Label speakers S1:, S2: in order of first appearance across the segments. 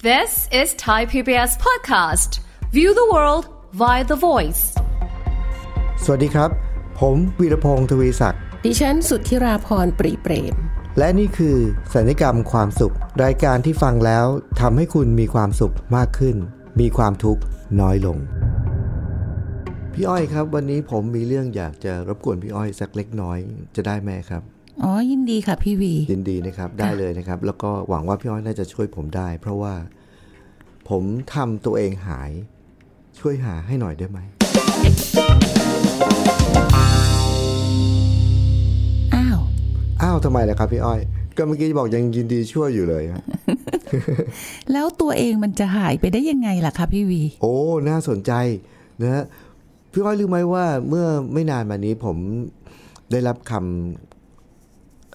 S1: This is Thai PBS Podcast. View the world via the voice.
S2: สวัสดีครับ ผมวีรพงศ์ทวีศักดิ์
S3: ดิฉันสุทธิราพรปรีเปรม
S2: และนี่คือสัญญกรรมความสุข รายการที่ฟังแล้วทำให้คุณมีความสุขมากขึ้น มีความทุกข์น้อยลง พี่อ้อยครับ วันนี้ผมมีเรื่องอยากจะรบกวนพี่อ้อยสักเล็กน้อยจะได้ไหมครับ
S3: อ๋อ ยินดีค่ะพี่วี
S2: ยินดีนะครับ ได้เลยนะครับ แล้วก็หวังว่าพี่อ้อยน่าจะช่วยผมได้ เพราะว่าผมทำตัวเองหาย ช่วยหาให้หน่อยได้ไหม
S3: อ้าว
S2: อ้าวทำไมล่ะครับพี่อ้อย ก็เมื่อกี้บอกยังยินดีช่วยอยู่เลยฮะ
S3: แล้วตัวเองมันจะหายไปได้ยังไงล่ะคะพี่วี
S2: โอ้ น่าสนใจนะฮะพี่อ้อยรู้ไหมว่าเมื่อไม่นานมานี้ผมได้รับคำ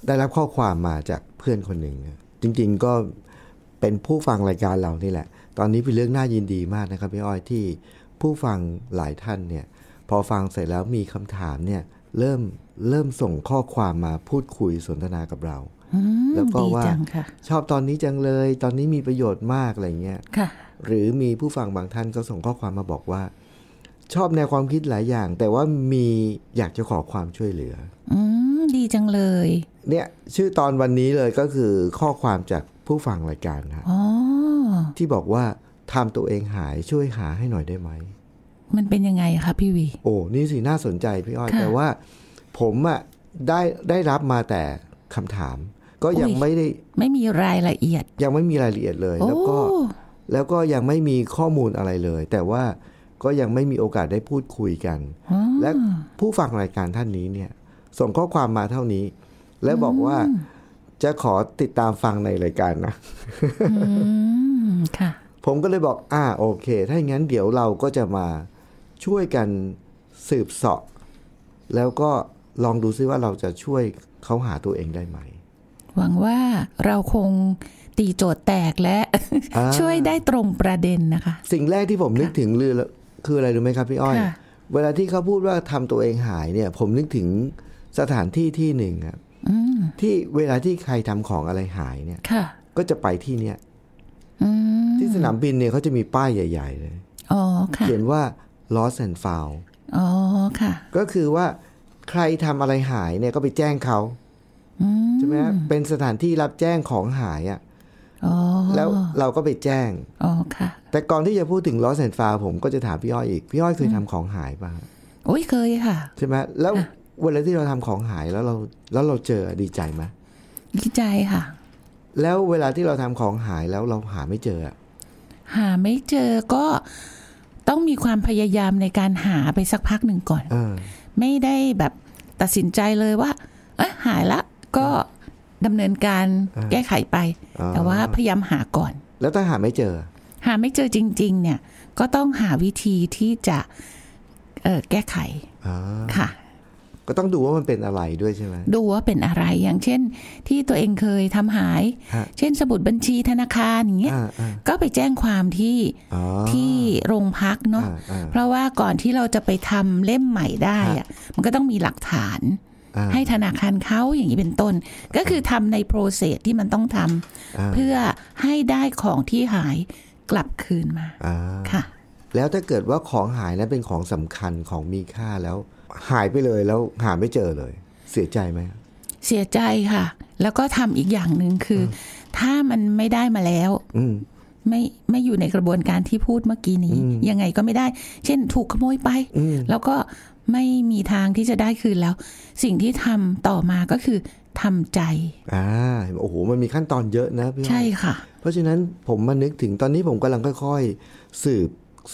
S2: ได้รับข้อความมาจากเพื่อนคนหนึ่งนะจริง ๆก็เป็นผู้ฟังรายการเรานี่แหละ ตอนนี้เป็นเรื่องน่ายินดีมากนะครับพี่อ้อยที่ผู้ฟังหลายท่านเนี่ย พอฟังเสร็จแล้วมีคำถามเนี่ย เริ่มเริ่มส่งข้อความมาพูดคุยสนทนากับเรา
S3: อืม
S2: แล้วก็
S3: ดี
S2: ว่า
S3: จังค่ะ
S2: ชอบตอนนี้จังเลย ตอนนี้มีประโยชน์มากอะไรเงี้ย
S3: ค่ะ
S2: หรือมีผู้ฟังบางท่านก็ส่งข้อความมาบอกว่า ชอบแนวความคิดหลายอย่าง แต่ว่ามีอยากจะขอความช่วยเหลือ
S3: อืม ดีจังเลย
S2: เนี่ยชื่อตอนวันนี้เลยก็คือข้อความจากผู้ฟังรายการนะ
S3: อ๋อ
S2: ที่บอกว่าทำตัวเองหายช่วยหาให้หน่อยได้ไหม
S3: มันเป็นยังไงคะพี่วี
S2: โอ้นี่สิน่าสนใจพี่อ้อย
S3: ค่ะ
S2: แต่ว่าผมอะได้ได้รับมาแต่คำถาม ก็ยัง
S3: อุ๊ย
S2: ไม่ได้
S3: ไม่มีรายละเอียด
S2: ยังไม่มีรายละเอียดเลย
S3: โอ้
S2: แล้วก็ แล้วก็ยังไม่มีข้อมูลอะไรเลย แต่ว่าก็ยังไม่มีโอกาสได้พูดคุยกัน
S3: อ๋อ
S2: และผู้ฟังรายการท่านนี้เนี่ย ส่งข้อความมาเท่านี้ และบอกว่าจะขอติดตามฟังในรายการนะ
S3: อืม ค่ะ
S2: ผมก็เลยบอก อ่าโอเค ถ้าอย่างนั้นเดี๋ยวเราก็จะมาช่วยกันสืบเสาะ แล้วก็ลองดูซิว่าเราจะช่วยเขาหาตัวเองได้ไหม
S3: หวังว่าเราคงตีโจทย์แตกและ
S2: อ่า
S3: ช่วยได้ตรงประเด็นนะคะ
S2: สิ่งแรกที่ผมนึกถึงคือคืออะไรรู้ไหมครับพี่อ้อย
S3: ค่ะ
S2: เวลาที่เขาพูดว่าทำตัวเองหายเนี่ย ผมนึกถึงสถานที่ที่หนึ่งอะ
S3: อืม
S2: ที่เวลาที่ใครทำของอะไรหายเนี่ย
S3: ค่ะ
S2: ก็จะไปที่เนี่ย
S3: อืม
S2: ที่สนามบินเนี่ยเขาจะมีป้ายใหญ่ ๆ เลย
S3: อ๋อ ค่ะ
S2: เขียนว่า lost and found
S3: อ๋อ ค่ะ
S2: ก็คือว่าใครทำอะไรหายเนี่ยก็ไปแจ้งเขา
S3: อืม
S2: ใช่ไหมฮะเป็นสถานที่รับแจ้งของหายอะ่ะ
S3: อ๋อ
S2: แล้วเราก็ไปแจ้ง
S3: อ๋อ ค่ะ
S2: แต่ก่อนที่จะพูดถึง lost and found ผมก็จะถามพี่อ้อยอีก พี่อ้อยเคยทำของหายป่ะ
S3: โอ้ยเคยค่ะ
S2: ใช่ไหมแล้วเวลาที่เราทำของหายแล้วเราแล้วเราเจอดีใจไหม
S3: ดีใจค่ะ
S2: แล้วเวลาที่เราทำของหายแล้วเราหาไม่เจออะ
S3: หาไม่เจอก็ต้องมีความพยายามในการหาไปสักพักหนึ่งก่อน
S2: เออ
S3: ไม่ได้แบบตัดสินใจเลยว่า เอ้ยหายละก็ดำเนินการ
S2: อ่า
S3: แก้ไขไป
S2: อ่า
S3: แต่ว่าพยายามหาก่อน
S2: แล้วถ้าหาไม่เจอ
S3: หาไม่เจอจริง ๆ เนี่ย ก็ต้องหาวิธีที่จะเอ่อแก้ไข
S2: อ่า
S3: ค่ะ
S2: ก็ต้องดูว่ามันเป็นอะไรด้วยใช่ไหม
S3: ดูว่าเป็นอะไรอย่างเช่น ที่ตัวเองเคยทำหาย
S2: ฮะ
S3: เช่น สมุดบัญชีธนาคารอย่างเงี้ย
S2: อ่าอ่า
S3: ก็ไปแจ้งความที่
S2: อ๋อ
S3: ที่โรงพักเนาะ
S2: อ่าอ่า
S3: เพราะว่าก่อนที่เราจะไปทำเล่มใหม่ได้อะมันก็ต้องมีหลักฐาน
S2: อ่า
S3: ให้ธนาคารเขาอย่างนี้เป็นต้น ก็คือทำในโปรเซสที่มันต้องทำ
S2: อ่า
S3: เพื่อให้ได้ของที่หายกลับคืนมา
S2: อ่า
S3: ค่ะ
S2: แล้วถ้าเกิดว่าของหายนะเป็นของสำคัญของมีค่าแล้ว หายไปเลยแล้วหาไม่เจอเลย เสียใจไหม
S3: เสียใจค่ะ แล้วก็ทำอีกอย่างหนึ่งคืออถ้ามันไม่ได้มาแล้ว
S2: อืม
S3: ไม่ไม่อยู่ในกระบวนการที่พูดเมื่อกี้นี้ ยังไงก็ไม่ได้ เช่นถูกขโมยไป
S2: อืม
S3: แล้วก็ไม่มีทางที่จะได้คืนแล้ว สิ่งที่ทำต่อมาก็คือทำใจ
S2: อ่าเห็นไหมโอ้โหมันมีขั้นตอนเยอะนะพี่อ้อย
S3: ใช่ค่ะ
S2: เพราะฉะนั้นผมมานึกถึงตอนนี้ผมกำลังค่อยๆ สืบ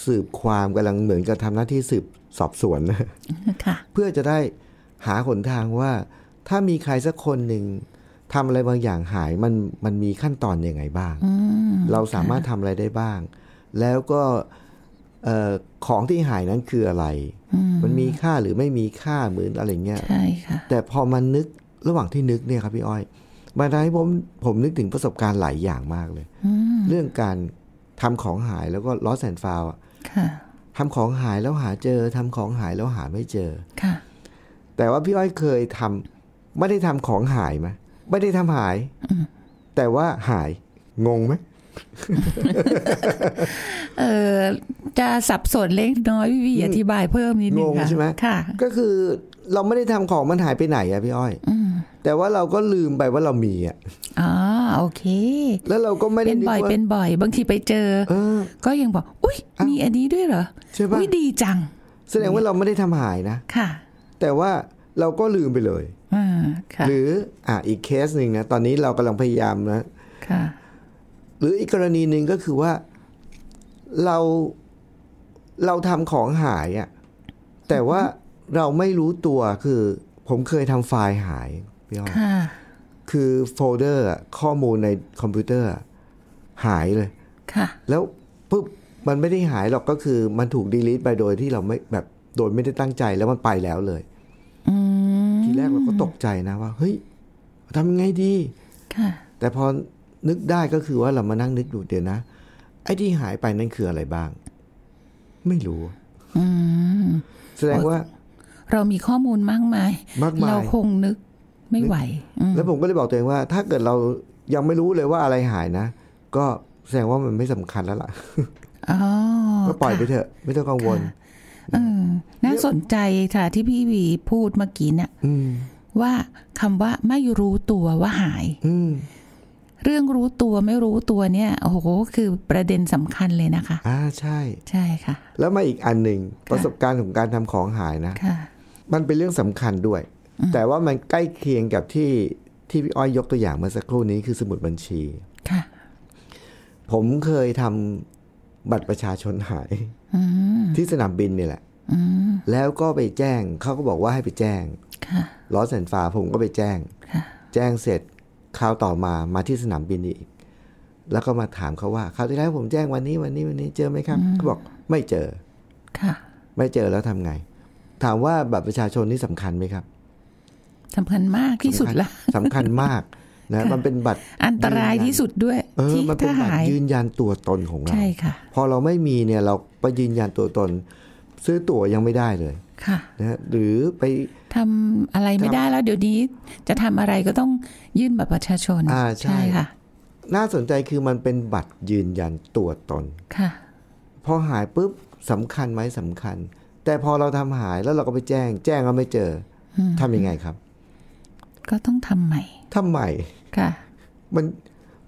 S2: สืบความกำลังเหมือนกับทำหน้าที่สืบสอบสวนนะ
S3: ค่ะ
S2: เพื่อจะได้หาหนทางว่า ถ้ามีใครสักคนหนึ่งทำอะไรบางอย่างหายมันมันมีขั้นตอนยังไงบ้าง เราสามารถทำอะไรได้บ้าง แล้วก็เอ่อของที่หายนั้นคืออะไร มันมีค่าหรือไม่มีค่าเหมือนอะไรเงี้ย
S3: ใช่ค่ะ
S2: แต่พอมันนึกระหว่างที่นึกเนี่ยครับพี่อ้อยมันทำให้ผมผมนึกถึงประสบการณ์หลายอย่างมากเลย เรื่องการทำของหายแล้วก็ lost and found อะ
S3: ค่ะ
S2: ทำของหายแล้วหาเจอทำของหายแล้วหาไม่เจอ
S3: ค่ะ
S2: แต่ว่าพี่อ้อยเคยทำไม่ได้ทำของหายไหมไม่ได้ทำหาย แต่ว่าหายงงไหม
S3: เออจะสับสนเล็กน้อยพี่อธิบายเพิ่มนิดนึง
S2: งง
S3: ค่ะ
S2: ใช่ไหม
S3: ค่ะ
S2: ก็คือเราไม่ได้ทำของมันหายไปไหนอะพี่อ้อย
S3: อืม
S2: แต่ว่าเราก็ลืมไปว่าเรามีอะ
S3: อ๋อโอเค
S2: แล้วเราก็ไม่ได้
S3: เป็น
S2: นึก
S3: บ่อย
S2: ว่า
S3: เป็นบ่อย บางทีไปเจอ
S2: เออ
S3: ก็ยังบอก อุ้ย
S2: อ้าว
S3: มีอันนี้ด้วยเหรอ
S2: ใช่ปะ
S3: อุ้ยดีจัง
S2: แสดงว่าเราไม่ได้ทำหายนะ
S3: ค่ะ
S2: แต่ว่าเราก็ลืมไปเลย
S3: อ่าค่ะ
S2: หรืออ่ะอีกเคสหนึ่งนะตอนนี้เรากำลังพยายามนะ
S3: ค่ะ
S2: หรืออีกกรณีหนึ่งก็คือว่าเราเราทำของหายอะแต่ว่าเราไม่รู้ตัวคือ ผมเคยทำไฟล์หายพี่อ้อย
S3: ค่ะ
S2: คือโฟลเดอร์อะข้อมูลในคอมพิวเตอร์อะหายเลย
S3: ค่ะ
S2: แล้วปุ๊บมันไม่ได้หายหรอกก็คือมันถูกดีลิทไปโดยที่เราไม่แบบโดยไม่ได้ตั้งใจแล้วมันไปแล้วเลย
S3: อืม
S2: ทีแรกเราก็ตกใจนะว่า เฮ้ยทำยังไงดี
S3: ค่ะ
S2: แต่พอนึกได้ก็คือว่าเรามานั่งนึกดูเดี๋ยวนะ ไอ้ที่หายไปนั่นคืออะไรบ้าง ไม่รู้
S3: อืม
S2: แสดงว่า
S3: เรามีข้อมูลมากมาย
S2: มากมาย
S3: เราคงนึกไม่ไหวอืม
S2: แล้วผมก็เลยบอกตัวเองว่า ถ้าเกิดเรายังไม่รู้เลยว่าอะไรหายนะ ก็แสดงว่ามันไม่สำคัญแล้วล่ะ
S3: อ๋อ
S2: ก็ปล่อย
S3: ค่ะ
S2: ไปเถอะ ไม่ต้องกังวล
S3: เออน่าสนใจค่ะที่พี่วีพูดเมื่อกี้เนี่ย
S2: อืม
S3: ว่าคำว่าไม่รู้ตัวว่าหาย
S2: อืม
S3: เรื่องรู้ตัวไม่รู้ตัวเนี่ยโอ้โหคือประเด็นสำคัญเลยนะคะ
S2: อ่าใช่
S3: ใช่ค่ะ
S2: แล้วมาอีกอันหนึ่งประสบการณ์ของการทำของหายนะ
S3: ค่ะ
S2: มันเป็นเรื่องสำคัญด้วย แต่ว่ามันใกล้เคียงกับที่ที่พี่อ้อยยกตัวอย่างเมื่อสักครู่นี้คือสมุดบัญชี
S3: ค่ะ
S2: ผมเคยทำบัตรประชาชนหาย
S3: อืม
S2: ที่สนามบินนี่แหละ
S3: อืม
S2: แล้วก็ไปแจ้งเขาก็บอกว่าให้ไปแจ้ง
S3: ค่ะ
S2: ล้อแสนฟ้าผมก็ไปแจ้ง
S3: ค่ะ
S2: แจ้งเสร็จคราวต่อมามาที่สนามบินอีก แล้วก็มาถามเขาว่าคราวที่แล้วผมแจ้งวันนี้วันนี้วันนี้เจอไหมครับเขาบอกไม่เจอ
S3: ค่ะ
S2: ไม่เจอแล้วทำไง ถามว่าบัตรประชาชนนี่สำคัญไหมครับ
S3: สำคัญมากที่สุดละ
S2: สำคัญมากนะ
S3: ค่ะ
S2: มันเป็นบัตร
S3: อันตรายที่สุดด้วย
S2: เออ
S3: ที่
S2: มันเป็น
S3: ถ้า
S2: บัต
S3: หารย
S2: ยืนยันตัวตนของเรา
S3: ใช่ค่ะ
S2: พอเราไม่มีเนี่ยเราไปยืนยันตัวตน ซื้อตั๋วยังไม่ได้เลย
S3: ค่ะ
S2: นะฮะหรือไป
S3: ทำอะไรไม่ได้แล้วเดี๋ยวนี้ จะทำอะไรก็ต้องยื่นบัตรประชาชน
S2: อ่าใช่
S3: ค่ะ
S2: น่าสนใจคือมันเป็นบัตรยืนยันตัวตน
S3: ค่ะ
S2: พอหายปุ๊บสำคัญไหมสำคัญ แต่พอเราทำหายแล้วเราก็ไปแจ้ง แจ้งก็ไม่เจออทำยังไงครับ
S3: ก็ต้องทำใหม่
S2: ทำใหม่
S3: ค่ะ
S2: มัน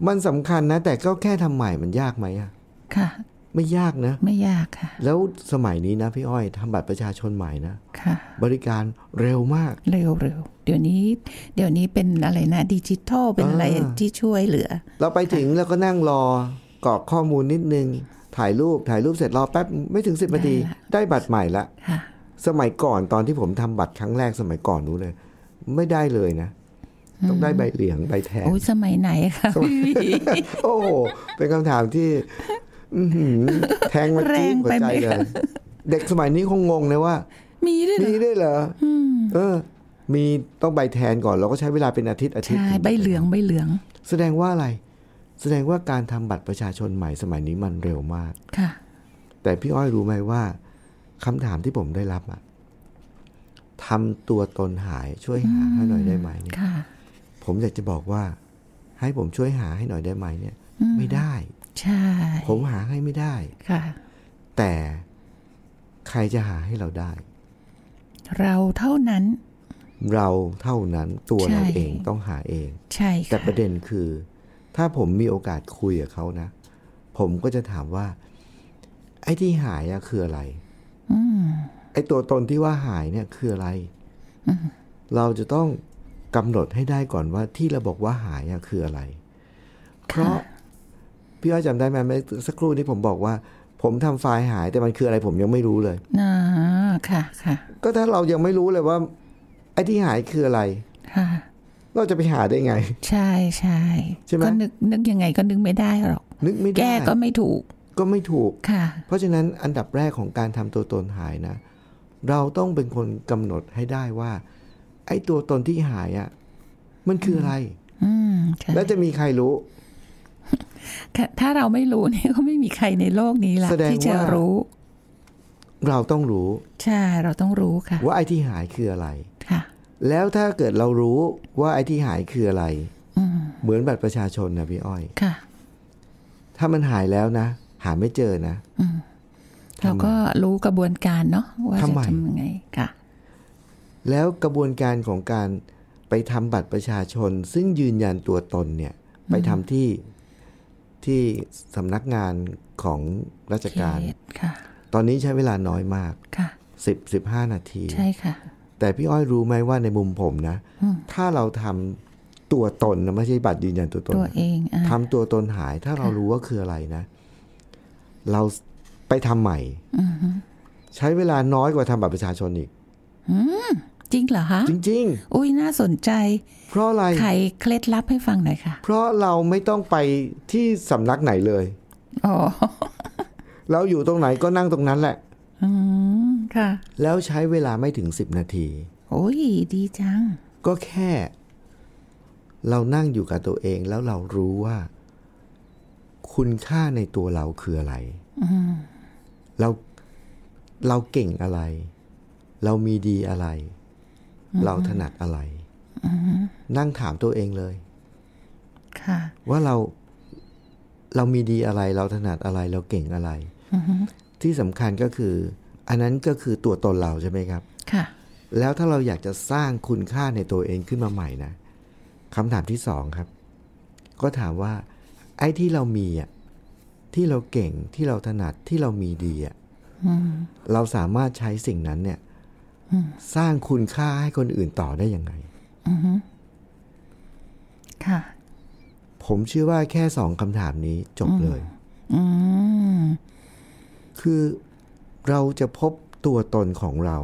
S2: มันสำคัญนะ แต่ก็แค่ทำใหม่มันยากไหมอะ
S3: ค่ะ
S2: ไม่ยากนะ
S3: ไม่ยากค่ะ
S2: แล้วสมัยนี้นะพี่อ้อยทำบัตรประชาชนใหม่นะ
S3: ค่ะ
S2: บริการเร็วมาก
S3: เร็วเร็วเดี๋ยวนี้ เดี๋ยวนี้เป็นอะไรนะดิจิทัลเป็นอะไร
S2: อ่า
S3: ที่ช่วยเหลือ
S2: เราไปถึงแล้วก็นั่งรอกรอกข้อมูลนิดนึง ถ่ายรูปถ่ายรูปเสร็จรอแป๊บไม่ถึงสิบนาที ได้บัตรใหม่ละ
S3: ค่ะ
S2: สมัยก่อนตอนที่ผมทำบัตรครั้งแรกสมัยก่อนนู้นเลย ไม่ได้เลยนะ ต้องได้ใบเหลืองใบแทน
S3: โอ้ยสมัยไหนคะพี่หวี
S2: โอ้โหเป็นคำถามที่ อื้อหือแทงมาจี้หัวใจ
S3: แรงไปไหม
S2: เล
S3: คะ
S2: ย เด็กสมัยนี้คงงงเลยว่า
S3: มีด้วยเหร
S2: มี
S3: อ
S2: ด้วยเหรออเออ มีต้องใบแทนก่อนเราก็ใช้เวลาเป็นอาทิตย์อาทิตย์
S3: ใช่
S2: ถึงจะ
S3: ใบเหลืองใบเหลือง
S2: แสดงว่าอะไร แสดงว่าการทำบัตรประชาชนใหม่สมัยนี้มันเร็วมาก
S3: ค่ะ
S2: แต่พี่อ้อยรู้ไหมว่าคำถามที่ผมได้รับอะทำตัวตนหายช่วยหาให้หน่อยได้ไหมเนี่ย
S3: ค่ะ
S2: ผมอยากจะบอกว่า ให้ผมช่วยหาให้หน่อยได้ไหมเนี่ย ไม่ได้
S3: ใช่
S2: ผมหาให้ไม่ได้
S3: ค่ะ
S2: แต่ใครจะหาให้เราได้
S3: เราเท่านั้น
S2: เราเท่านั้นตัวเรา
S3: ใช่
S2: เองต้องหาเอง
S3: ใช่
S2: แต่
S3: ค่ะ
S2: ประเด็นคือ ถ้าผมมีโอกาสคุยกับเขานะ ผมก็จะถามว่า ไอ้ที่หายอะคืออะไรไอ้ตัวตนที่ว่าหายเนี่ยคืออะไร เราจะต้องกำหนดให้ได้ก่อนว่าที่เราบอกว่าหายอะคืออะไร เพราะพี่อ้อยจำได้ไหมเมื่อสักครู่นี้ผมบอกว่า ผมทำไฟล์หายแต่มันคืออะไรผมยังไม่รู้เลย
S3: อ่า ค่ะ ค่ะ
S2: ก็ถ้าเรายังไม่รู้เลยว่า ไอ้ที่หายคืออะไร
S3: ค่ะ
S2: เราจะไปหาได้ไง
S3: ใช่ใช่
S2: ใช่ไหม
S3: ก็นึกนึกยังไงก็นึกไม่ได้หรอก
S2: นึกไม่ได้
S3: แก้ก็ไม่ถูก
S2: ก็ไม่ถูก
S3: ค่ะ
S2: เพราะฉะนั้นอันดับแรกของการทำตัวตนหายนะ เราต้องเป็นคนกำหนดให้ได้ว่า ไอ้ตัวตนที่หายอะ่ะมันคืออะไร
S3: อืมใช่
S2: แล้วจะมีใครรู้
S3: ค่ะถ้าเราไม่รู้เนี่ยก็ไม่มีใครในโลกนี้ละ
S2: แสดง
S3: ที่จะ
S2: ว่า
S3: รู้
S2: เราต้องรู้
S3: ใช่เราต้องรู้ค่ะ
S2: ว่าไอ้ที่หายคืออะไร
S3: ค่ะ
S2: แล้วถ้าเกิดเรารู้ว่าไอ้ที่หายคืออะไร เหมือนบัตรประชาชนนะพี่อ้อย
S3: ค่ะ
S2: ถ้ามันหายแล้วนะ หาไม่เจอนะ
S3: เราก็รู้กระบวนการเนาะว่าจะ
S2: ทำไม
S3: ทำยังไงค่ะ
S2: แล้วกระบวนการของการไปทำบัตรประชาชน ซึ่งยืนยันตัวตนเนี่ย ไปทำที่ที่สำนักงานของราชการ
S3: เขตค่ะ
S2: ตอนนี้ใช้เวลาน้อยมาก
S3: ค่ะ
S2: 10-15 นาที
S3: ใช่ค่ะ
S2: แต่พี่อ้อยรู้ไหมว่าในมุมผมนะ ถ้าเราทำตัวตนนะไม่ใช่บัตรยืนยันตัวตน
S3: ตัว
S2: นะ
S3: เองอ่ะ
S2: ทำตัวตนหาย ถ้าเรารู้ว่าคืออะไรนะ เราไปทำใหม่ ใช้เวลาน้อยกว่าทำบัตรประชาชนอีก
S3: จริงเหรอคะ
S2: จริง
S3: อุ้ยน่าสนใจ
S2: ๆ เพราะอะไร
S3: ไขเคล็ดลับให้ฟังหน่อยค่ะ
S2: เพราะเราไม่ต้องไปที่สำนักไหนเลย
S3: อ๋อ
S2: เราอยู่ตรงไหนก็นั่งตรงนั้นแหละ
S3: อืมค่ะ
S2: แล้วใช้เวลาไม่ถึง 10 นาที
S3: โอ้ยดีจัง
S2: ก็แค่ เรานั่งอยู่กับตัวเองแล้วเรารู้ว่า คุณค่าในตัวเราคืออะไรเราเราเก่งอะไร เรามีดีอะไร เราถนัดอะไรนั่งถามตัวเองเลย
S3: ค่ะ
S2: ว่าเราเรามีดีอะไร เราถนัดอะไร เราเก่งอะไรที่สำคัญก็คือ อันนั้นก็คือตัวตนเราใช่ไหมครับ
S3: ค่ะ
S2: แล้วถ้าเราอยากจะสร้างคุณค่าในตัวเองขึ้นมาใหม่นะคำถามที่สองครับ ก็ถามว่า ไอ้ที่เรามีอ่ะที่เราเก่งที่เราถนัดที่เรามีดีอ่ะเราสามารถใช้สิ่งนั้นเนี่ยสร้างคุณค่าให้คนอื่นต่อได้ยังไง
S3: ค่ะ
S2: ผมเชื่อว่าแค่สองคำถามนี้จบเลย
S3: อืม
S2: คือเราจะพบตัวตนของเรา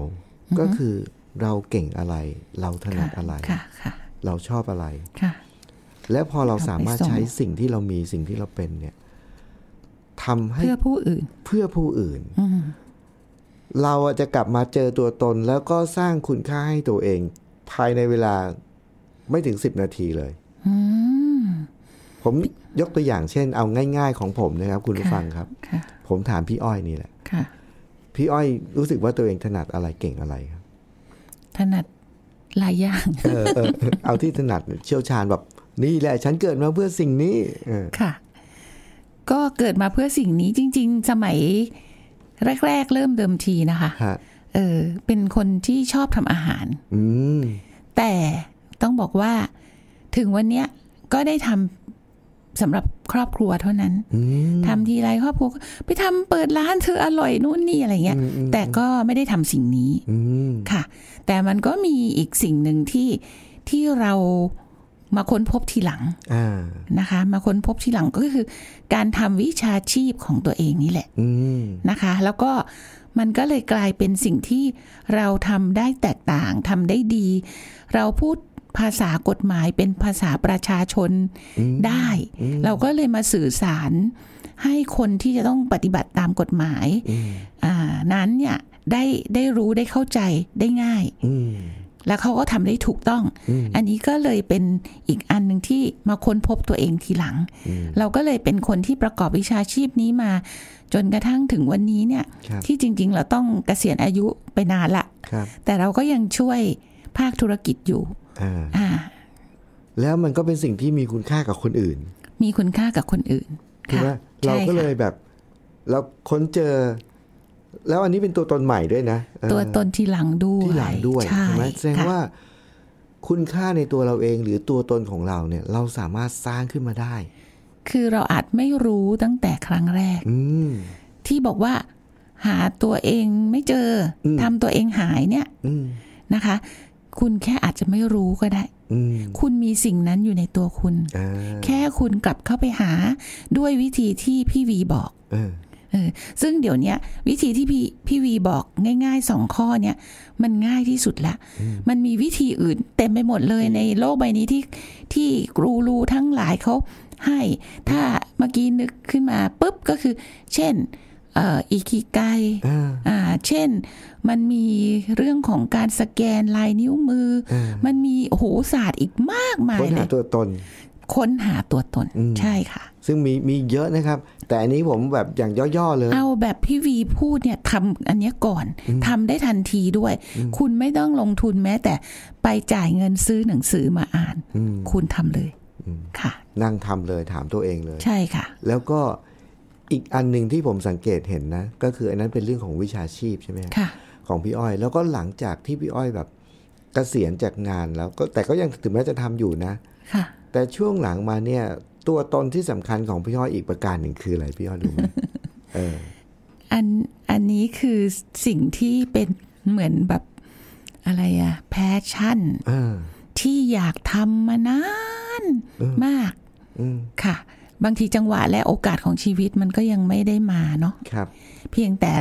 S2: ก็คือเราเก่งอะไร เราถนัดอะไร
S3: ค่ะ ค่ะ
S2: เราชอบอะไร
S3: ค่ะ
S2: และพอเราสามารถ
S3: เอาไปส่ง
S2: ใช้สิ่งที่เรามีสิ่งที่เราเป็นเนี่ยทำให้
S3: เพื่อผู้อื่น
S2: เพื่อผู้อื่น เราอะจะกลับมาเจอตัวตนแล้วก็สร้างคุณค่าให้ตัวเอง ภายในเวลาไม่ถึงสิบนาทีเลย ผมยกตัวอย่างเช่น เอาง่าย ๆ ของผมนะครับ คุณผู้ฟังครับ
S3: ค่ะ
S2: ผมถามพี่อ้อยนี่แหละ
S3: ค่ะ
S2: พี่อ้อยรู้สึกว่าตัวเองถนัดอะไรเก่งอะไร ครับ
S3: ถนัดหลายอย่าง
S2: เออเออเออเอาที่ถนัดเชี่ยวชาญแบบ นี่แหละ ฉันเกิดมาเพื่อสิ่งนี้เออ
S3: ค่ะ ก็เกิดมาเพื่อสิ่งนี้จริง ๆ สมัยแรก ๆ เริ่มเดิมทีนะคะ
S2: ฮะ
S3: เออ เป็นคนที่ชอบทำอาหาร
S2: อืม
S3: แต่ต้องบอกว่าถึงวันเนี้ยก็ได้ทำสำหรับครอบครัวเท่านั้นทำทีไรครอบครัวก็ไปทำเปิดร้านเธออร่อยนู่นนี่อะไรเงี้ย แต่ก็ไม่ได้ทำสิ่งนี้
S2: อืม
S3: ค่ะ แต่มันก็มีอีกสิ่งหนึ่งที่ที่เรามาค้นพบทีหลัง
S2: อ่า
S3: นะคะ มาค้นพบทีหลังก็คือ การทำวิชาชีพของตัวเองนี่แหละ
S2: อืม
S3: นะคะ แล้วก็มันก็เลยกลายเป็นสิ่งที่เราทำได้แตกต่างทำได้ดี เราพูดภาษากฎหมายเป็นภาษาประชาชนได้ เราก็เลยมาสื่อสารให้คนที่จะต้องปฏิบัติตามกฎหมายอ่านั้นเนี่ยได้ได้รู้ได้เข้าใจได้ง่าย
S2: อืม
S3: แล้วเขาก็ทำได้ถูกต้อง อันนี้ก็เลยเป็นอีกอันหนึ่งที่มาค้นพบตัวเองทีหลัง เราก็เลยเป็นคนที่ประกอบวิชาชีพนี้มา จนกระทั่งถึงวันนี้เนี่ย
S2: ครับ
S3: ที่จริง ๆ เราต้องเกษียณอายุไปนานละ
S2: ครับ
S3: แต่เราก็ยังช่วยภาคธุรกิจอยู่
S2: อ่า
S3: อ่า
S2: แล้วมันก็เป็นสิ่งที่มีคุณค่ากับคนอื่น
S3: มีคุณค่ากับคนอื่น
S2: คือ
S3: ค่ะ
S2: ว่าเรา
S3: ใช่
S2: ก็
S3: ค่ะ
S2: เลยแบบ เราค้นเจอ แล้วอันนี้เป็นตัวตนใหม่ด้วยนะเออ
S3: ตัวตนทีหลังด้วย
S2: ที่หลังด้วย
S3: ใช่
S2: ใช่ไหมแสดง
S3: ค่ะ
S2: ว่า คุณค่าในตัวเราเองหรือตัวตนของเราเนี่ย เราสามารถสร้างขึ้นมาได้
S3: คือเราอาจไม่รู้ตั้งแต่ครั้งแรก
S2: อืม
S3: ที่บอกว่า หาตัวเองไม่เจออทำตัวเองหายเนี่ย
S2: อืม
S3: นะคะ คุณแค่อาจจะไม่รู้ก็ได้
S2: อืม
S3: คุณมีสิ่งนั้นอยู่ในตัวคุณ
S2: อ่า
S3: แค่คุณกลับเข้าไปหาด้วยวิธีที่พี่วีบอก
S2: เออ
S3: เออซึ่งเดี๋ยวเนี้ย วิธีที่พี่พี่วีบอกง่ายๆสองข้อเนี่ย มันง่ายที่สุดละ มันมีวิธีอื่นเต็มไปหมดเลยในโลกใบนี้ที่ที่กรูรูทั้งหลายเขาให้ ถ้าเมื่อกี้นึกขึ้นมาปุ๊บก็คือ เช่นเอ่ออิคิไก
S2: อ่า
S3: อ่าเช่นมันมีเรื่องของการสแกนลายนิ้วมือ มันมีโอ้โหศาสตร์อีกมากมาย
S2: ค้น
S3: เล
S2: หาย ตัวตน
S3: ค้นหาตัวตนใช่ค่ะ
S2: ซึ่งมีมีเยอะนะครับ แต่อันนี้ผมแบบอย่างย่อๆเลย
S3: เอาแบบพี่วีพูดเนี่ยทำอันเนี้ยก่อนทำได้ทันทีด้วย คุณไม่ต้องลงทุนแม้แต่ไปจ่ายเงินซื้อหนังสือมาอ่าน คุณทำเลย ค่ะ
S2: นั่งทำเลยถามตัวเองเลย
S3: ใช่ค่ะ
S2: แล้วก็อีกอันหนึ่งที่ผมสังเกตเห็นนะ ก็คืออันนั้นเป็นเรื่องของวิชาชีพใช่ไหมฮะ
S3: ค่ะ
S2: ของพี่อ้อย แล้วก็หลังจากที่พี่อ้อยแบบเกษียณจากงานแล้วก็แต่ก็ยังถึงแม้จะทำอยู่นะ
S3: ค่ะ
S2: แต่ช่วงหลังมาเนี่ย ตัวตนที่สำคัญของพี่อ้อยอีกประการหนึ่งคืออะไรพี่อ้อยรู้ไห ม เออ
S3: อันอันนี้คือสิ่งที่เป็นเหมือนแบบอะไรอะแพชชั่น
S2: เออ
S3: ที่อยากทำมานานมาก
S2: อืม
S3: ค่ะ บางทีจังหวะและโอกาสของชีวิตมันก็ยังไม่ได้มาเนาะ
S2: ครับ
S3: เพียงแต่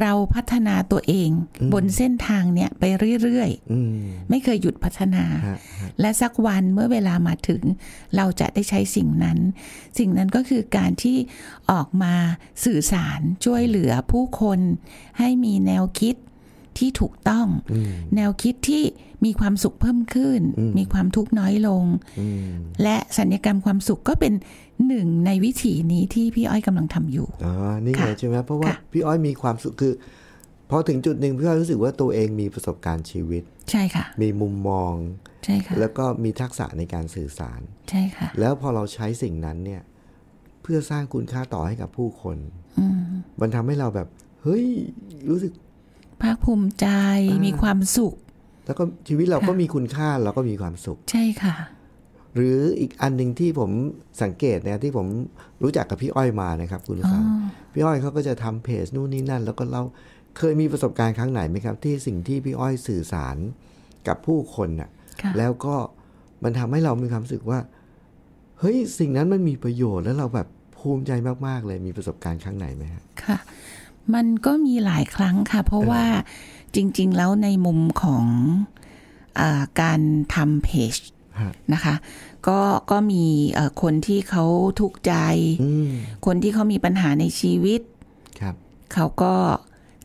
S3: เราพัฒนาตัวเอง บนเส้นทางเนี่ยไปเรื่อย
S2: อืม
S3: ๆ ไม่เคยหยุดพัฒนา
S2: ฮะฮะ
S3: และสักวันเมื่อเวลามาถึง เราจะได้ใช้สิ่งนั้น สิ่งนั้นก็คือการที่ออกมาสื่อสารช่วยเหลือผู้คน ให้มีแนวคิดที่ถูกต้อง แนวคิดที่มีความสุขเพิ่มขึ้น มีความทุกข์น้อยลง
S2: อืม
S3: และสัญญกรรมความสุขก็เป็นหนึ่งในวิถีนี้ที่พี่อ้อยกำลังทำอยู่
S2: อ๋อนี่ไง
S3: ค่ะ
S2: ใช่ไหมเพราะว่า
S3: ค่ะ
S2: พี่อ้อยมีความสุขคือพอถึงจุดหนึ่งพี่อ้อยรู้สึกว่าตัวเองมีประสบการณ์ชีวิต
S3: ใช่ค่ะ
S2: มีมุมมอง
S3: ใช่ค่ะ
S2: แล้วก็มีทักษะในการสื่อสาร
S3: ใช่ค่ะ
S2: แล้วพอเราใช้สิ่งนั้นเนี่ย เพื่อสร้างคุณค่าต่อให้กับผู้คน มันทำให้เราแบบ เฮ้ย รู้สึก
S3: ภาคภูมิใจมีความสุข
S2: แล้วก็ชีวิตเราก็มีคุณค่าเราก็มีความสุข
S3: ใช่ค่ะ
S2: หรืออีกอันหนึ่งที่ผมสังเกตนะที่ผมรู้จักกับพี่อ้อยมานะครับ คุณผู้ฟังพี่อ้อยเขาก็จะทำเพจนู่นนี่นั่น แล้วก็เราเคยมีประสบการณ์ครั้งไหนไหมครับ ที่สิ่งที่พี่อ้อยสื่อสารกับผู้คนน่ะ
S3: ค่ะ
S2: แล้วก็มันทำให้เรามีความรู้สึกว่า เฮ้ยสิ่งนั้นมันมีประโยชน์แล้วเราแบบภูมิใจมากๆเลยมีประสบการณ์ครั้งไหนไหมฮะ
S3: ค่ะ มันก็มีหลายครั้งค่ะ เพราะว่าจริง ๆ แล้วในมุมของอาการทำเพจ
S2: ฮะ
S3: นะคะก็ก็มีเอ่อคนที่เขาทุกข์ใจ
S2: อืม
S3: คนที่เขามีปัญหาในชีวิต
S2: ครับ
S3: เขาก็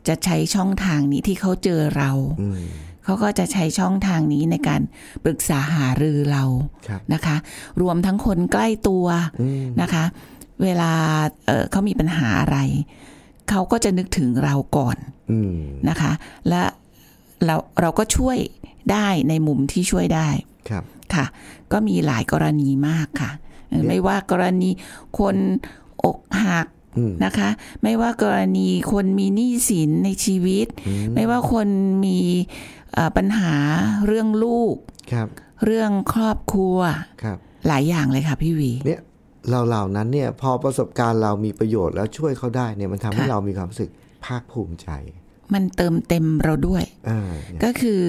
S3: จะใช้ช่องทางนี้ที่เขาเจอเรา
S2: อืม
S3: เขาก็จะใช้ช่องทางนี้ในการปรึกษาหารือเรา
S2: ครับ
S3: นะคะ รวมทั้งคนใกล้ตัวนะคะ เวลาเอ่อเขามีปัญหาอะไร เขาก็จะนึกถึงเราก่อน
S2: อืม
S3: นะคะ และเราเราก็ช่วยได้ในมุมที่ช่วยได้
S2: ครับ
S3: ค่ะ ก็มีหลายกรณีมากค่ะเออไม่ว่ากรณีคนอกหัก
S2: อืม
S3: นะคะ ไม่ว่ากรณีคนมีหนี้สินในชีวิต ไม่ว่าคนมีเอ่อปัญหาเรื่องลูก
S2: ครับ
S3: เรื่องครอบครัว
S2: ครับ
S3: หลายอย่างเลยค่ะพี่วี
S2: เนี่ยเราเหล่านั้นเนี่ย พอประสบการณ์เรามีประโยชน์แล้วช่วยเขาได้เนี่ยมันทำให้
S3: ค่ะ
S2: เรามีความรู้สึกภาคภูมิใจ
S3: มันเติมเต็มเราด้วย
S2: อ่าเนี่ย
S3: ก็คือ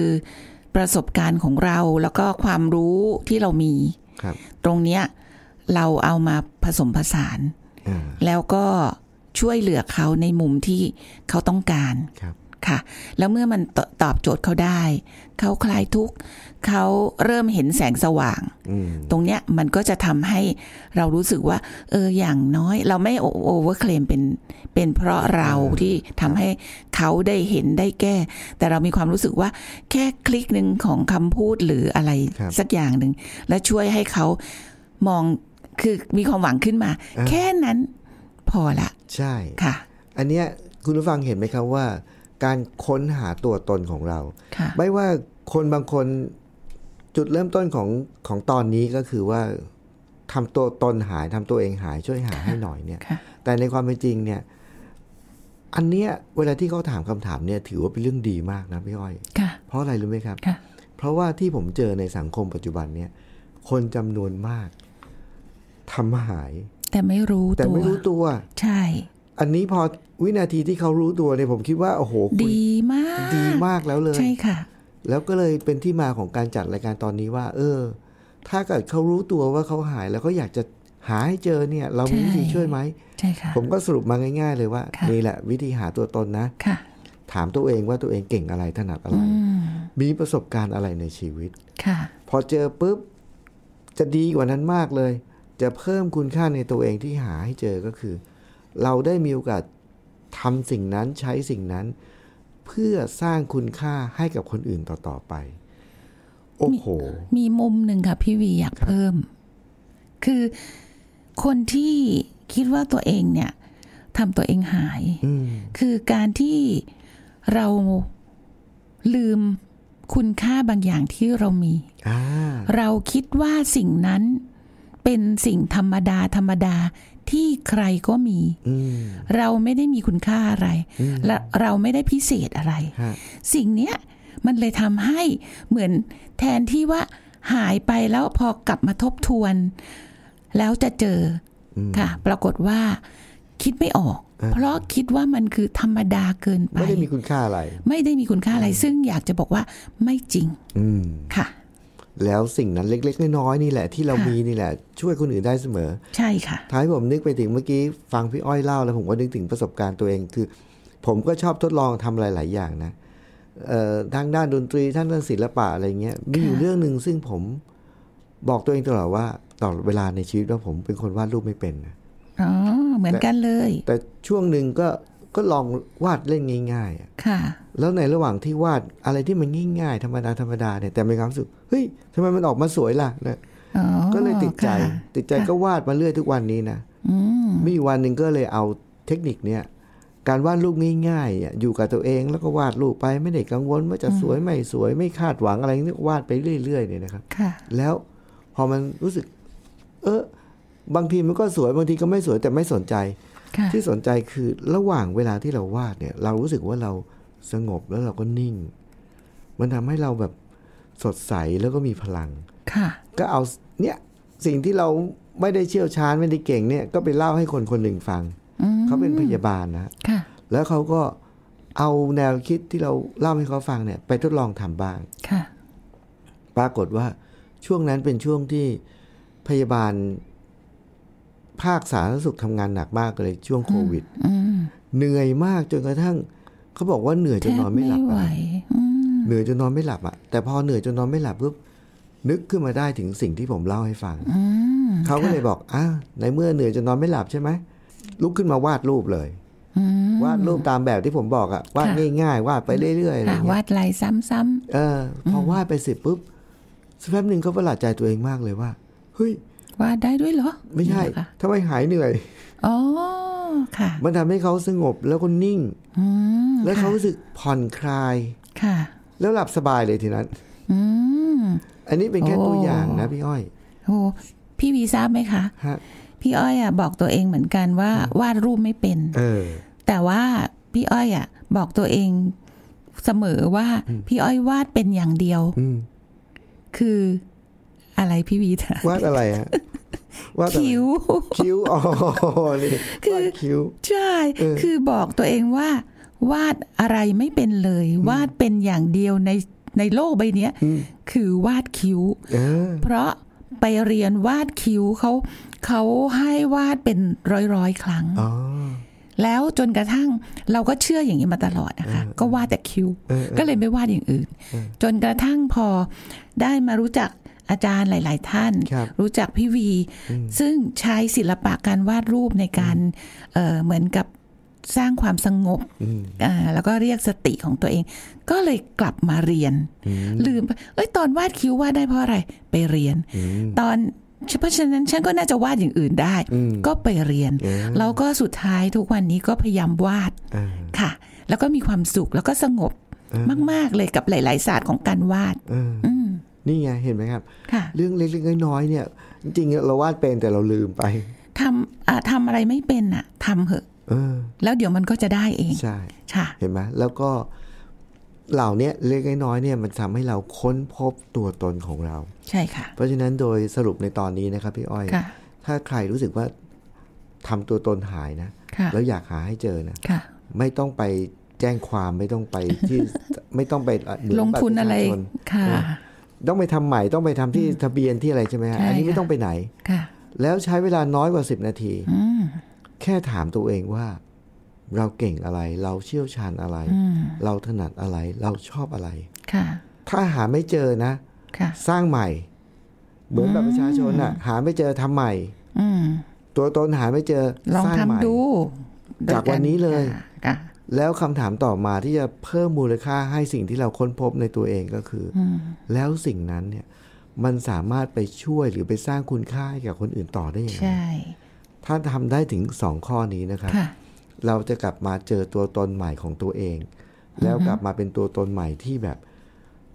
S3: ประสบการณ์ของเราแล้วก็ความรู้ที่เรามี
S2: ครับ
S3: ตรงเนี้ยเราเอามาผสมผสาน
S2: อ่า
S3: แล้วก็ช่วยเหลือเขาในมุมที่เขาต้องการ
S2: ครับ
S3: ค่ะ แล้วเมื่อมันตตอบโจทย์เขาได้ เขาคลายทุกข์เขาเริ่มเห็นแสงสว่าง
S2: อืม
S3: ตรงเนี้ยมันก็จะทำให้เรารู้สึกว่า เอออย่างน้อย เราไม่โอเวอร์เคลมเป็นเป็นเพราะเราที่ทำให้เขาได้เห็นได้แก้ แต่เรามีความรู้สึกว่า แค่คลิกหนึ่งของคำพูดหรืออะไรสักอย่างหนึ่งและช่วยให้เขามองคือมีความหวังขึ้นมา แค่นั้นพอละ
S2: ใช่
S3: ค่ะ
S2: อันเนี้ยคุณผู้ฟังเห็นไหมครับว่า การค้นหาตัวตนของเรา
S3: ค่ะ
S2: ไม่ว่าคนบางคนจุดเริ่มต้นของของตอนนี้ก็คือว่าทำตัวตนหายทำตัวเองหายช่วยหาให้หน่อยเนี่ย
S3: ค่ะ
S2: แต่ในความเป็นจริงเนี่ย อันเนี้ยเวลาที่เขาถามคำถามเนี่ย ถือว่าเป็นเรื่องดีมากนะพี่อ้อย
S3: ค่ะ
S2: เพราะอะไรรู้ไหมครับ
S3: ค่ะ
S2: เพราะว่าที่ผมเจอในสังคมปัจจุบันเนี่ย คนจำนวนมากทำหาย
S3: แต่ไม่รู้
S2: แต่
S3: ตัว
S2: ไม่รู้ตัว
S3: ใช่
S2: อันนี้พอวินาทีที่เขารู้ตัวเนี่ยผมคิดว่าโอ้โหคุณ
S3: ดีมาก
S2: ดีมากแล้วเลย
S3: ใช่ค่ะ
S2: แล้วก็เลยเป็นที่มาของการจัดรายการตอนนี้ว่า เออ ถ้าเกิดเขารู้ตัวว่าเขาหายแล้วก็อยากจะหาให้เจอเนี่ย เรามีวิธี
S3: ใช่
S2: ช่วยไหม
S3: ใช่ค่ะ
S2: ผมก็สรุปมาง่าย ๆ เลยว่า
S3: ค่ะ
S2: นี่แหละวิธีหาตัวตนนะ
S3: ค่ะ
S2: ถามตัวเองว่าตัวเองเก่งอะไรถนัดอะไร
S3: อืม
S2: มีประสบการณ์อะไรในชีวิต
S3: ค่ะ
S2: พอเจอปุ๊บ จะดีกว่านั้นมากเลย จะเพิ่มคุณค่าในตัวเองที่หาให้เจอก็คือ เราได้มีโอกาสทำสิ่งนั้นใช้สิ่งนั้น เพื่อสร้างคุณค่าให้กับคนอื่นต่อๆไป โอ้โห
S3: มีมุมหนึ่งค่ะพี่วีอยากเพิ่ม คือคนที่คิดว่าตัวเองเนี่ยทำตัวเองหาย
S2: อืม
S3: คือการที่เราลืมคุณค่าบางอย่างที่เรามี
S2: อ่า
S3: เราคิดว่าสิ่งนั้น เป็นสิ่งธรรมดาธรรมดาที่ใครก็มี
S2: อืม
S3: เราไม่ได้มีคุณค่าอะไร และเราไม่ได้พิเศษอะไร
S2: ฮะ
S3: สิ่งเนี้ยมันเลยทำให้เหมือนแทนที่ว่าหายไปแล้วพอกลับมาทบทวน แล้วจะเจออค่ะ ปรากฏว่าคิดไม่ออก เพราะคิดว่ามันคือธรรมดาเกินไป
S2: ไม่ได้มีคุณค่าอะไร
S3: ไม่ได้มีคุณค่าอะไร ซึ่งอยากจะบอกว่าไม่จริง
S2: อืม
S3: ค่ะ
S2: แล้วสิ่งนั้นเล็ก ๆ น้อยๆนี่แหละ ที่เรา
S3: ค่ะ
S2: มีนี่แหละ ช่วยคนอื่นได้เสมอ
S3: ใช่ค่ะ
S2: ท้ายผมนึกไปถึงเมื่อกี้ฟังพี่อ้อยเล่าแล้วผมก็นึกถึงประสบการณ์ตัวเองคือ ผมก็ชอบทดลองทำหลาย ๆ อย่างนะเอ่อทางด้านดนตรีทางด้านศิลปะอะไรเงี้ยมีอยู่เรื่องหนึ่งซึ่งผมบอกตัวเองตลอดว่าตลอดเวลาในชีวิตว่าผมเป็นคนวาดรูปไม่เป็นนะ
S3: อ๋อ เหมือนกันเลย
S2: แต่ช่วงหนึ่งก็ก็ลองวาดเล่นง่ายๆอะ
S3: ค่ะ
S2: แล้วในระหว่างที่วาดอะไรที่มันง่าย ๆ ธรรมดาธรรมดาเนี่ยแต่มีความรู้สึกเฮ้ยทำไมมันออกมาสวยล่ะนะ
S3: อ๋อ
S2: ก็เลยติดใจ
S3: ค่ะ
S2: ติดใจก็วาดมาเรื่อยทุกวันนี้นะ
S3: อืม
S2: มีวันหนึ่งก็เลยเอาเทคนิคเนี่ย การวาดรูปง่ายๆอ่ะอยู่กับตัวเองแล้วก็วาดรูปไปไม่ได้กังวลว่าจะสวยไม่สวยไม่คาดหวังอะไรนี่วาดไปเรื่อยๆเนี่ยนะครับ
S3: ค่ะ
S2: แล้วพอมันรู้สึก เออบางทีมันก็สวยบางทีก็ไม่สวยแต่ไม่สนใจ
S3: ค่ะ
S2: ที่สนใจคือระหว่างเวลาที่เราวาดเนี่ย เรารู้สึกว่าเราสงบแล้วเราก็นิ่ง มันทำให้เราแบบสดใสแล้วก็มีพลัง
S3: ค่ะ
S2: ก็เอาเนี่ยสิ่งที่เราไม่ได้เชี่ยวชาญไม่ได้เก่งเนี่ยก็ไปเล่าให้คนคนหนึ่งฟัง
S3: อืม
S2: เขาเป็นพยาบาลนะ
S3: ค่ะ
S2: แล้วเขาก็เอาแนวคิดที่เราเล่าให้เขาฟังเนี่ย ไปทดลองทำบ้าง
S3: ค่ะ
S2: ปรากฏว่าช่วงนั้นเป็นช่วงที่พยาบาลภาคสาธารณสุขทำงานหนักมากเลยช่วงโควิด
S3: อืม
S2: เหนื่อยมากจนกระทั่ง เขาบอกว่าเหนื่อย
S3: แท
S2: จน
S3: บ
S2: นอน
S3: ไม่
S2: ไม่หลับ
S3: ไหว
S2: อะ
S3: อืม
S2: เหนื่อยจนนอนไม่หลับอะแต่พอเหนื่อยจนนอนไม่หลับปุ๊บนึกขึ้นมาได้ถึงสิ่งที่ผมเล่าให้ฟัง
S3: อืม
S2: เขาก็เลยบอกอ้าวในเมื่อเหนื่อยจนนอนไม่หลับใช่ไหมลุกขึ้นมาวาดรูปเลย
S3: อืม
S2: วาดรูปตามแบบที่ผมบอกอะวาด
S3: ค่ะ
S2: ง่ายๆ วาดไปเรื่อยๆอะไรเงี้ยว
S3: ค่ะาดลายซ้ำ
S2: เออพอวาดไปเสร็จปุ๊บสักแป๊บหนึ่งก็ประหลาดใจตัวเองมากเลยว่าเฮ้ย
S3: ๆวาดได้ด้วยเหรอ
S2: ไม่ใช่
S3: เนี่ยเหรอคะ
S2: ทำไมหายเหนื่อย
S3: อ๋อ ค่ะ
S2: มันทำให้เขาสงบแล้วก็นิ่ง
S3: อืม
S2: แล้วเขารู้สึกผ่อนคลาย
S3: ค่ะ
S2: แล้วหลับสบายเลยทีนั้น
S3: อืม
S2: อันนี้เป็นแค่
S3: โอ้
S2: ตัวอย่างนะพี่อ้อย
S3: โหพี่วีทราบไหมคะ
S2: ฮะ
S3: พี่อ้อยอ่ะบอกตัวเองเหมือนกันว่าวาดรูปไม่เป็น
S2: เออ
S3: แต่ว่าพี่อ้อยอ่ะ บอกตัวเองเสมอว่าพี่อ้อยวาดเป็นอย่างเดียว
S2: อืม
S3: คืออะไรพี่วีคะ
S2: วาดอะไรฮะวาดอะไร
S3: คิ้ว
S2: คิ้วอ๋อนี่
S3: คือ
S2: วาดคิ้ว
S3: ใช่
S2: เออ
S3: คือบอกตัวเองว่า วาดอะไรไม่เป็นเลย วาดเป็นอย่างเดียวในในโลกใบเนี้ยคือวาดคิ้ว
S2: เออ
S3: เพราะไปเรียนวาดคิ้วเขาเขาให้วาดเป็นร้อยร้อยๆครั้ง
S2: อ๋อ
S3: แล้วจนกระทั่งเราก็เชื่ออย่างนี้มาตลอดนะคะ ก็วาดแต่คิ้ว ก็เลยไม่วาดอย่างอื่น จนกระทั่งพอได้มารู้จักอาจารย์หลาย ๆ ท่าน
S2: ครับ
S3: รู้จักพี่วี ซึ่งใช้ศิลปะการวาดรูปในการเอ่อเหมือนกับสร้างความสงบอ่าแล้วก็เรียกสติของตัวเอง ก็เลยกลับมาเรียน ลืมไปเอ้ยตอนวาดคิ้ววาดได้เพราะอะไร ไปเรียน ตอนเพราะฉะนั้นฉันก็น่าจะวาดอย่างอื่นได้ ก็ไปเรียน แล้วก็สุดท้ายทุกวันนี้ก็พยายามวาด
S2: อ่า
S3: ค่ะ แล้วก็มีความสุขแล้วก็สงบมาก ๆ เลยกับหลาย ๆ ศาสตร์ของการวาด
S2: เออ
S3: อืม
S2: นี่ไงเห็นไหมครับ
S3: ค่ะ
S2: เรื่องเล็กๆน้อยๆเนี่ย จริงๆเราวาดเป็นแต่เราลืมไป
S3: ทำอ่าทำอะไรไม่เป็นอ่ะทำเหอะ
S2: เออ
S3: แล้วเดี๋ยวมันก็จะได้เอง
S2: ใช่
S3: ค่ะ
S2: เห็นไหมแล้วก็เหล่าเนี้ยเล็กๆน้อยๆเนี่ยมันทำให้เราค้นพบตัวตนของเรา
S3: ใช่ค่ะ
S2: เพราะฉะนั้นโดยสรุปในตอนนี้นะครับพี่อ้อย
S3: ค่ะ
S2: ถ้าใครรู้สึกว่าทำตัวตนหายนะ
S3: ค่ะ
S2: แล้วอยากหาให้เจอนะ
S3: ค่ะ
S2: ไม่ต้องไปแจ้งความไม่ต้องไป ที่ ไม่ต้องไปเหมือน
S3: ลงทุน
S2: บัต
S3: อะไร
S2: ปชาชน
S3: ค่ะ
S2: เออ ต้องไปทำใหม่ต้องไปทำที่ทะเบียนที่อะไรใช่ไหมฮะ
S3: ใช่
S2: อันนี้ไม่
S3: ค่ะ
S2: ต้องไปไหน
S3: ค่ะ
S2: แล้วใช้เวลาน้อยกว่า 10 นาที
S3: อืม
S2: แค่ถามตัวเองว่า เราเก่งอะไร เราเชี่ยวชาญอะไร
S3: อืม
S2: เราถนัดอะไร เราชอบอะไร
S3: ค่ะ
S2: ถ้าหาไม่เจอนะ
S3: ค่ะ
S2: สร้างใหม่ เหมือนแบบประชาชนอ่ะ หาไม่เจอทำใหม่
S3: อืม
S2: ตัวตนหาไม่เจอ
S3: ลอง
S2: สร้า
S3: ทำ
S2: ใหม่
S3: ดูโดย
S2: จากวันนี้เลย
S3: ค่ะ
S2: แล้วคำถามต่อมาที่จะเพิ่มมูลค่าให้สิ่งที่เราค้นพบในตัวเองก็คืออแล้วสิ่งนั้นเนี่ย มันสามารถไปช่วยหรือไปสร้างคุณค่าให้กับคนอื่นต่อได้อย่างไร
S3: ใช่
S2: ถ้าทำได้ถึงสองข้อนี้นะครับ
S3: ค่ะ
S2: เราจะกลับมาเจอตัวตนใหม่ของตัวเอง แล้วกลับมาเป็นตัวตนใหม่ที่แบบ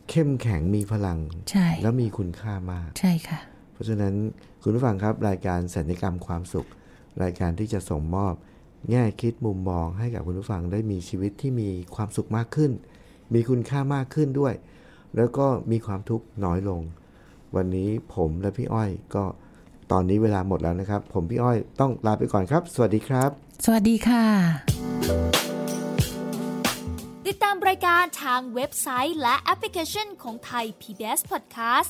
S2: เข้มแข็งมีพลัง
S3: ใช่
S2: และมีคุณค่ามาก
S3: ใช่ค่ะ
S2: เพ ราะฉะนั้นคุณผู้ฟังครับรายการสัญญกรรมความสุข รายการที่จะส่งมอบ แง่คิดมุมมองให้กับคุณผู้ฟังได้มีชีวิตที่มีความสุขมากขึ้น มีคุณค่ามากขึ้นด้วย แล้วก็มีความทุกข์น้อยลง วันนี้ผมและพี่อ้อยก็ตอนนี้เวลาหมดแล้วนะครับ ผมพี่อ้อยต้องลาไปก่อนครับ สวัสดีครับ
S3: สวัสดีค่ะ
S4: ติดตามรายการทางเว็บไซต์และแอปพลิเคชันของไทย PBS Podcast